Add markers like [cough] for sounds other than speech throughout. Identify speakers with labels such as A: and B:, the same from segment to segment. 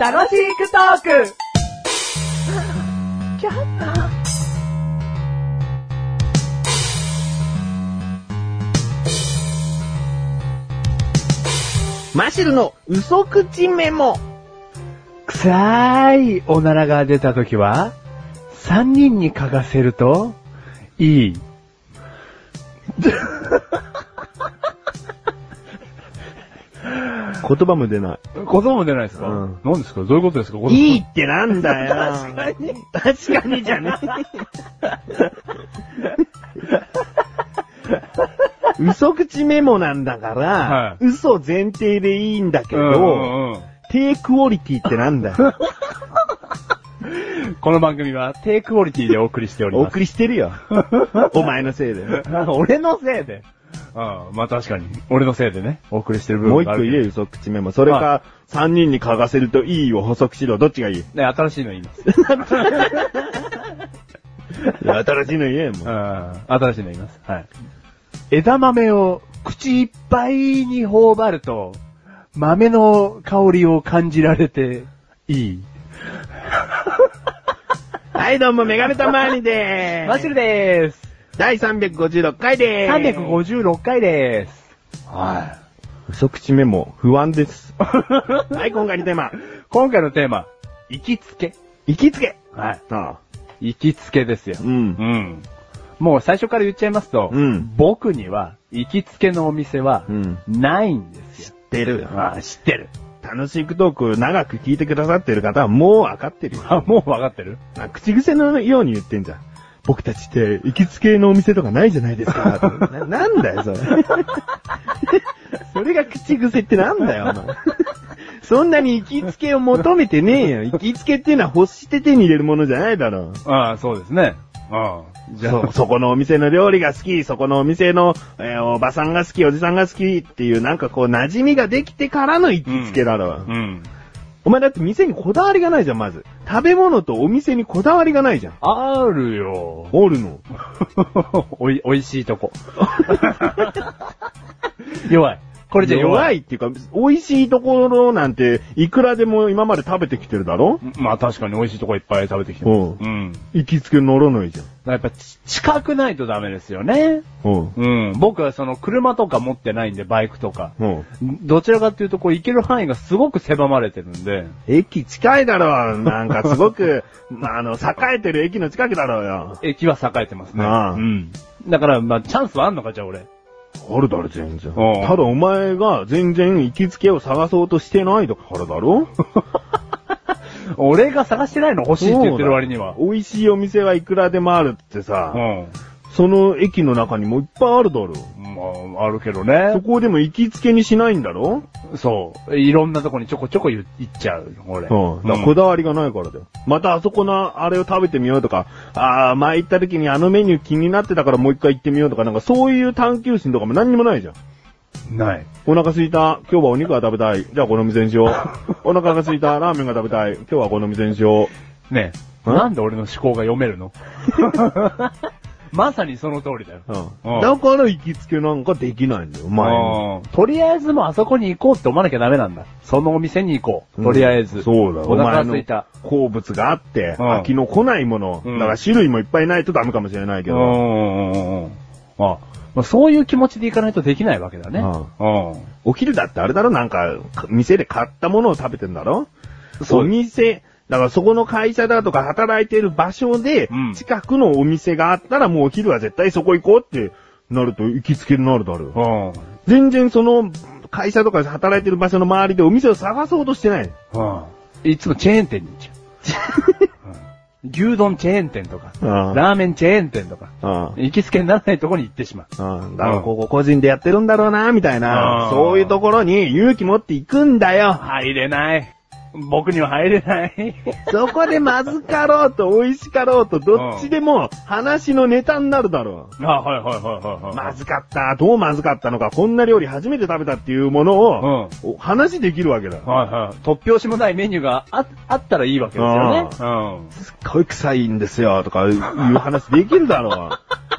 A: 楽しくトーク
B: マシルの嘘口メモ。
C: 臭いおならが出た時は、三人に嗅がせると、いい。
D: 言葉も出ない。
C: 言葉も出ないですか、
D: うん
C: 何ですかどういうことですか
B: いい
C: い
B: ってなんだよ。 [laughs] 確かに。確かにじゃね [laughs] え。嘘口メモなんだから、
C: は
B: 嘘前提でいいんだけ
C: う
B: ど、
C: んうんうん
B: 低クオリティってなんだよ。
C: この番組は低クオリティでお送りしており
B: [laughs] お
C: ます。
B: 送りしてるよ。 [laughs] お前のせいで。
C: [laughs] 俺のせいで。うん、まあ確かに。俺のせいでね、お送りしてる部
B: もう一
C: 分があ
B: 個
C: るけど。
B: 言え、嘘口メモ。それ
C: は
B: か、三人に嗅がせるといいを補足しろ。どっちがいい
C: ね、新しいの言います。
B: 新しいの言え
C: う
B: もん。
C: ん、新しいの言います。はい。枝豆を口いっぱいに頬張ると、豆の香りを感じられて、いい。
B: はい、どうも、メガネたまーにでーす。
C: マシルでーす。
B: 第356回でーす。
C: 356回でーす。 [laughs] は
B: 嘘口メモ、不安です。はい、今回のテーマ。
C: い。今回のテーマ、行きつけ。
B: 行きつけ。
C: はい。
B: ああ。
C: 行きつけですよ。
B: うん。
C: ん。もう最初から言っちゃいますと、
B: うん
C: 僕には行きつけのお店は
B: うん。
C: ないんですよ。
B: 出るよ。
C: ああ、知ってる。
B: 楽しくトークを長く聞いてくださってる方はもうわかってるよ。
C: あ、もうわかってる
B: あ口癖のように言ってんじゃん。僕たちって、行きつけのお店とかないじゃないですか。 [laughs] な、なんだよ、それ。それが口癖ってなんだよ、お前。そんなに行きつけを求めてねえよ。行きつけっていうのは欲して手に入れるものじゃないだろう。
C: ああ、そうですね。ああ。じゃ
B: そ、そこのお店の料理が好き、そこのお店の、えーおばさんが好き、おじさんが好きっていう、なんかこう、馴染みができてからの行きつけだろ。
C: うん。
B: お前だって店にこだわりがないじゃん、まず。食べ物とお店にこだわりがないじゃん。
C: あるよ。
B: おるの。
C: [laughs] おい、おいしいとこ。弱い。これじゃ弱
B: 弱
C: い。
B: いっていうか、美味しいところなんて、いくらでも今まで食べてきてるだろ
C: まあ確かに美味しいとこいっぱい食べてきてます
B: うん
C: うん。だか
B: 行きつけ乗らないじゃん。
C: らやっぱち近くないとダメですよね。
B: うん。
C: うん。僕はその車とか持ってないんで、バイクとか。
B: うん。
C: どちらかっていうと、こう、行ける範囲がすごく狭まれてるんで。
B: 駅近いだろう。なんかすご [laughs] く、まあ、あの、栄えてる駅の近くだろうよ。
C: 駅は栄えてますね。
B: ああ
C: うん。だから、まあ、チャンスはあんのか、じゃあ俺。
B: あるだろ、全然。
C: うん
B: ただお前が全然行きつけを探そうとしてないだからだろ
C: 俺が探してないの欲しいって言ってる割には。
B: 美味しいお店はいくらでもあるってさ、
C: うん。
B: その駅の中にもいっぱいあるだろ。
C: まあ、あるけど
B: そ
C: ね。
B: こでも行きつけにしないんだろ
C: そう。いろんなとこにちょこちょこ言行っちゃう、俺。
B: うん。だからこだわりがないからだよ。またあそこのあれを食べてみようとか、ああ、前行った時にあのメニュー気になってたからもう一回行ってみようとか、なんかそういう探求心とかも何にもないじゃん。
C: ない。
B: お腹すいた。今日はお肉が食べたい。じゃあこの店にし
C: [laughs]
B: よう。お腹がすいた。ラーメンが食べたい。今日はこの店にしよう。
C: ねえ。
B: ん
C: なんで俺の思考が読めるの [laughs] まさにその通りだよ。
B: うん。だから行きつけなんかできないんだよ、お前に。
C: うんとりあえずもうあそこに行こうって思わなきゃダメなんだ。そのお店に行こう。とりあえず。
B: うんそうだよ
C: お腹が
B: お
C: 空い
B: 前の
C: た。
B: 好物があって、
C: うん
B: 飽きの来ないもの、
C: うん
B: だから種類もいっぱいないとダメかもしれないけ
C: う
B: ど、
C: んうんうんうん。あ、まあ、そういう気持ちで行かないとできないわけだね。う
B: お昼だってあれだろなんか、か店で買ったものを食べてんだろ
C: そう
B: お店、だからそこの会社だとか働いてる場所で
C: うん、
B: 近くのお店があったらもうお昼は絶対そこ行こうってなると行きつけになるだろ。
C: ん。うん。
B: 全然その会社とか働いてる場所の周りでお店を探そうとしてない。
C: うん。いつもチェーン店に行っちゃ [laughs] う。うん牛丼チェーン店とか、
B: ああ
C: ラーメンチェーン店とか、
B: あ
C: 行きつけにならないとこに行ってしまう。
B: うん。だから、ここ個人でやってるんだろうな、みたい
C: うん
B: な。そういうところに勇気持って行くんだ [laughs] よ。
C: 入れない。僕には入れない。
B: そこでまずかろうと美味しかろうと、どっちでも話のネタになるだろ
C: あ、はいはいはいは
B: う。
C: いは
B: まずかった、どうまずかったのか、こんな料理初めて食べたっていうものを、お話できるわけだ。
C: い。はいはい。突拍子もないメニューがああったらいいわけですよね。う
B: [laughs]
C: ん。
B: すっごい臭いんですよ、とかいう話できるだろう。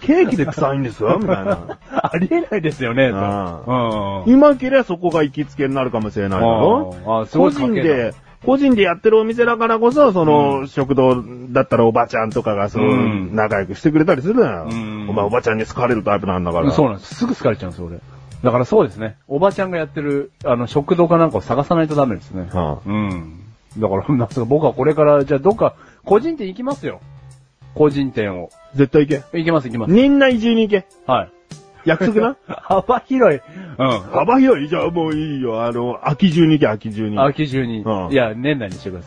B: ケーキで臭いんですよ、みたいな。
C: ありえないですよね、と。
B: あ
C: うん
B: うまけりゃそこが行きつけになるかもしれないだろ
C: あーあーすご
B: 個
C: い
B: 人
C: 関係だ
B: で、個人でやってるお店だからこそ、その、食堂だったらおばちゃんとかが、そう、
C: うん
B: 仲良くしてくれたりするのよ。
C: うん
B: お前おばちゃんに好かれるタイプなんだから。
C: そうなんです。すぐ疲れちゃうんですよ、俺。だからそうですね。おばちゃんがやってる、あの、食堂かなんかを探さないとダメですね。
B: はあ
C: うん。だから、なんすか僕はこれから、じゃあどっか、個人店行きますよ。個人店を。
B: 絶対行け。
C: 行きます、行きます。
B: みんな移住に行け。
C: はい。
B: 約束な
C: [laughs] 幅広い。うん。
B: 幅広い。じゃあもういいよ。あの、秋中に行け、秋中に。
C: 秋中に。
B: うん
C: いや、年内にしてく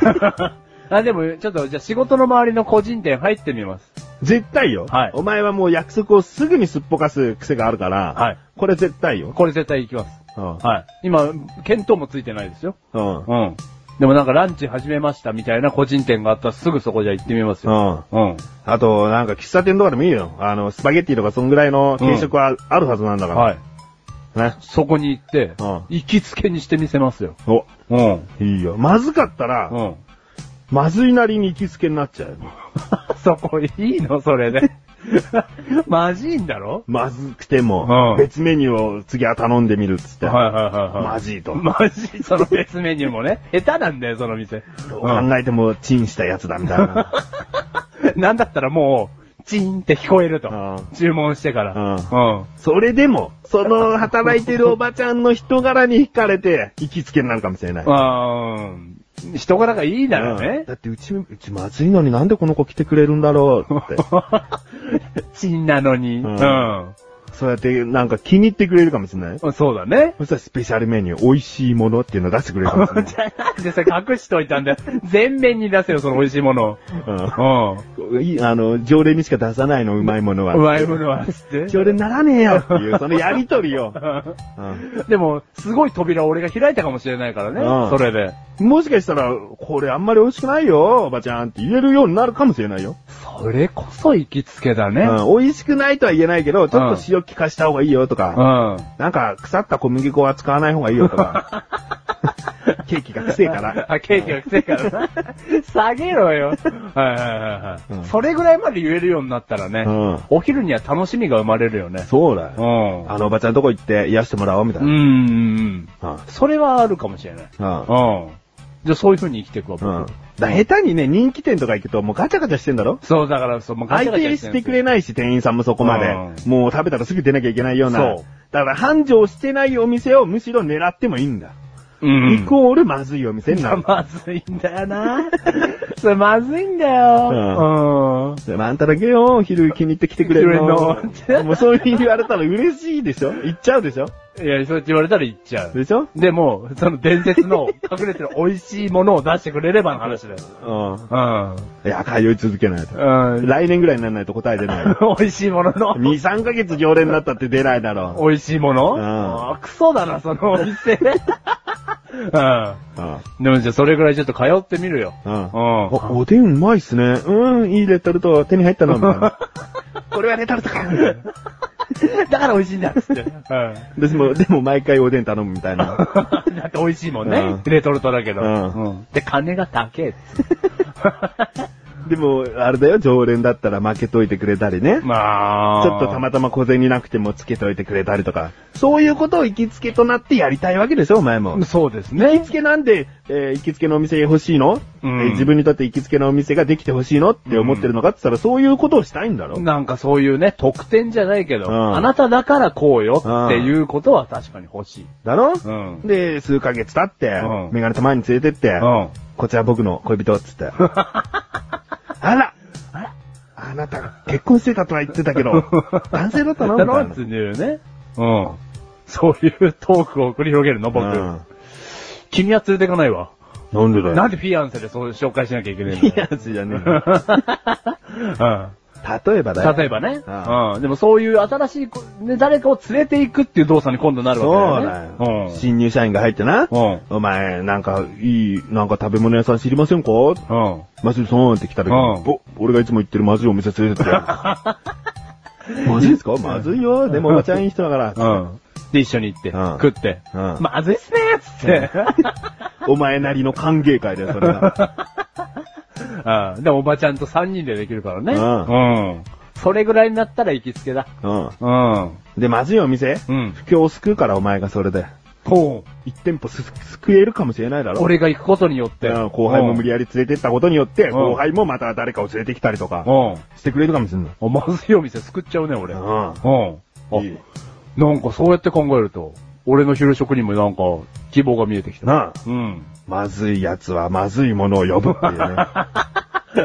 C: ださい。 [laughs] あ、でも、ちょっと、じゃあ仕事の周りの個人店入ってみます。
B: 絶対よ。
C: はい
B: お前はもう約束をすぐにすっぽかす癖があるから。
C: はい
B: これ絶対よ。
C: これ絶対行きます。
B: うん
C: はい。今、見当もついてないですよ。
B: うん。
C: うん。でもなんかランチ始めましたみたいな個人店があったらすぐそこじゃ行ってみます
B: う
C: よ。
B: ん。
C: うん。
B: あと、なんか喫茶店とかでもいいよ。あの、スパゲッティとかそんぐらいの軽食はあるはずなんだから。
C: はい。
B: ね。
C: そこに行って、
B: うん
C: 行きつけにしてみせますよ。
B: お、
C: うん。
B: いいよ。まずかったら、
C: うん。
B: まずいなりに行きつけになっちゃうよ。
C: [laughs] そこいいのそれで。 [laughs] まじいんだろ
B: まずくて
C: う
B: も
C: ん、
B: 別メニューを次は頼んでみるっつって。
C: はいはいはいはい。
B: まずいと。
C: まじい、その別メニューもね。下手なんだよ、その店。
B: どう
C: うん
B: 考えてもチンしたやつだみたいな。
C: [laughs] なんだったらもう、チーンって聞こえると
B: うん。
C: 注文してから。
B: うん
C: うん。
B: それでも、その働いてるおばちゃんの人柄に惹かれて、行きつけになるかもしれない。
C: あー人柄がいいなら
B: うん
C: ね。
B: だってうち、うちまずいのになんでこの子来てくれるんだろう
C: [laughs]
B: って。
C: チンなのに。
B: う
C: うん
B: ん。そうやってなんか気に入ってくれるかもしれない。
C: そうだね。 [laughs]
B: そしたらスペシャルメニュー、美味しいものっていうの出してくれるかもしれない
C: じゃあなんでそれ隠しといたんだよ。全面に出せよ、その美味しいものを。 [laughs] う
B: うんいい。あの、常連にしか出さないの、うまいものは。
C: ん。うまいものは、つって。
B: 常連ならねえよっていう、そのやりとり
C: [laughs]
B: よ。うん
C: でも、すごい扉を俺が開いたかもしれないからね。
B: うん
C: それで。
B: もしかしたら、これあんまり美味しくないよ、おばちゃんって言えるようになるかもしれないよ。
C: それこそ行きつけだね。
B: うん美味しくないとは言えないけど、ちょっと塩効かした方がいいよと
C: う
B: か、
C: ん。
B: なんか腐った小麦粉は使わない方がいいよと
C: [laughs]
B: か、ケーキが臭いから。
C: あ、ケーキがくせえからな。 [laughs] 下げろよ。はいはいはいはい、
B: うん
C: それぐらいまで言えるようになったらね、
B: うん
C: お昼には楽しみが生まれるよね。
B: そうだ
C: う
B: よ。
C: ん。
B: あのおばちゃんとこ行って癒してもらおうみた
C: う
B: いな。
C: んうんうん。それはあるかもしれない。うん。
B: うん
C: じゃあそういう風に生きていくわ、僕。
B: うん。だ下手にね、人気店とか行くともうガチャガチャしてんだろ
C: そう、だから、そう、もうガチャ
B: 相
C: ガチャ
B: 手してくれないし、店員さんもそこまで。
C: う
B: もう食べたらすぐ出なきゃいけないような。
C: そう
B: だから繁盛してないお店をむしろ狙ってもいいんだ。
C: うん。
B: イコールまずいお店にな [laughs] る。
C: まずいんだよ
B: [laughs]
C: な。それまずいんだよ。うん。
B: でもあんただけよ、お昼気に入って来てくれるの
C: 来て。
B: [laughs]
C: くれんの
B: もうそういう風に言われたら嬉しいでしょ行っちゃうでしょ
C: いや、そうやって言われたら言っちゃう。
B: でしょ
C: でも、その伝説の隠れてる美味しいものを出してくれればの話だよ。
B: う
C: うん。
B: ん。いや、通い続けないと。
C: うん。
B: 来年ぐらいにならないと答え出ない。
C: 美味しいものの
B: [laughs] 2、、3ヶ月常連になったって出ないだろ
C: 美味しいもの
B: うん
C: あークソだな、そのお店。うん。
B: う。うん。
C: でもじゃあそれぐらいちょっと通ってみるよ。
B: うん
C: うん。
B: お、おでんうまいっすね。うん、いいレトルト手に入ったな、みた
C: [laughs]
B: いな。これはレトルトかみたいな
C: だから美味しいんだっつって。うん。
B: でも、でも毎回おでん頼むみたいな。
C: だって美味しいもんね。
B: うん
C: レトルトだけど。
B: うん
C: うんで、金が高えっつって。
B: [laughs] でも、あれだよ、常連だったら負けといてくれたりね。
C: まあ。
B: ちょっとたまたま小銭なくてもつけといてくれたりとか。そういうことを行きつけとなってやりたいわけでしょ、お前も。
C: そうです
B: 行き
C: ね。
B: つけなんで、えー行きつけのお店欲しいの、
C: うん
B: えー自分にとって行きつけのお店ができて欲しいのって思ってるのかって言ったら、そういうことをしたいんだろ
C: なんかそういうね、特典じゃないけど、
B: うん
C: あなただからこうよっていうことは確かに欲しい。
B: だろ、
C: うん。
B: で、数ヶ月経って、
C: うん
B: メガネたまに連れてって、
C: うん。
B: こちら僕の恋人っ [laughs] つって。あらあなた、結婚してたとは言ってたけ [laughs] ど、男性だったのみ
C: だ
B: た
C: ろ
B: い
C: っ
B: な
C: つ。うんだよね。うん。そういうトークを繰り広げるの、僕。
B: う
C: 君は連れてかないわ。
B: んなんでだよ。
C: なんでフィアンセでそう紹介しなきゃいけないんだ
B: い
C: よ
B: やつじゃねえよ。
C: うん。
B: 例えばだよ。
C: 例えばね。
B: うん
C: うん。でもそういう新しいこ、ね、誰かを連れていくっていう動作に今度なる
B: そう
C: わけ
B: だ
C: だよね。
B: よ。新入社員が入ってな。
C: うん
B: お前、なんか、いい、なんか食べ物屋さん知りませんか
C: うん。うん。
B: マジでそうって来た時
C: うん
B: に、ぼ俺がいつも行ってるまずいお店連れてって。ま [laughs] ずいですかまずいよ。でもおばちゃんいい人だから。
C: うん。で、一緒に行って、
B: うん
C: 食って、
B: うん
C: まずいっすねーっつって。 [laughs]
B: お前なりの歓迎会だよ、それが。 [laughs]
C: うん。で、おばちゃんと3人でできるからね。。
B: うん
C: うん。それぐらいになったら行きつけだ。
B: うん。
C: うん。
B: で、まずいお店
C: うん。
B: 不況を救うからお前がそれで。
C: ほう。
B: 一店舗す救えるかもしれないだろ。
C: 俺が行くことによって。
B: うん後輩も無理
C: や
B: やり連れてったことによって、
C: ん
B: 後輩もまた誰かを連れてきたりとか、
C: うん。
B: してくれるかもしれない。
C: おまずいお店作っちゃうね、俺。うん。
B: う
C: あ
B: ん。いい。
C: なんかそうやって考えると、俺の昼食にもなんか希望が見えてきた。
B: なあ、
C: うん。
B: まずい奴はまずいものを呼ぶっていうね。
C: [laughs] [laughs]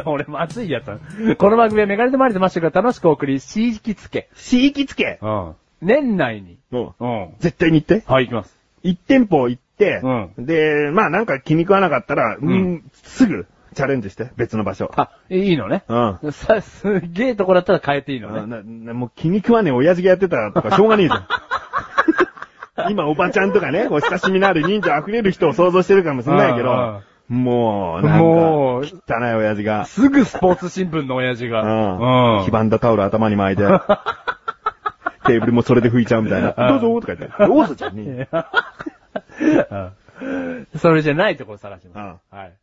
C: 俺まずいやつだ。この番組はメガネとマリとマッシュが楽しくお送り、しーきつけ。
B: 地域つけ
C: うん。年内に。
B: うん。
C: うん。
B: 絶対に行って。
C: はい、行きます。
B: 一店舗行って、
C: う
B: で、まあなんか気に食わなかったら、うん、
C: うん
B: すぐチャレンジして、別の場所。
C: あ、いいのね。
B: うん。
C: さ、すげえとこだったら変えていいのね。
B: ななもう気に食わねえ親父がやってたとかしょうがねえじ [laughs] ゃん。今おばちゃんとかね、こう親しみのある人情溢れる人を想像してるかもしれないけど、もう、なんか、
C: もう
B: 汚い親父が、
C: すぐスポーツ新聞の親父が。
B: うん。
C: うん。 [laughs]
B: 黄ばんだタオル頭に巻 [laughs] いて、テーブルもそれで拭いちゃうみたいな。
C: う
B: ど
C: ん
B: うぞとか言って、どうぞじゃねえよ。
C: うんそれじゃないところ探します。はい。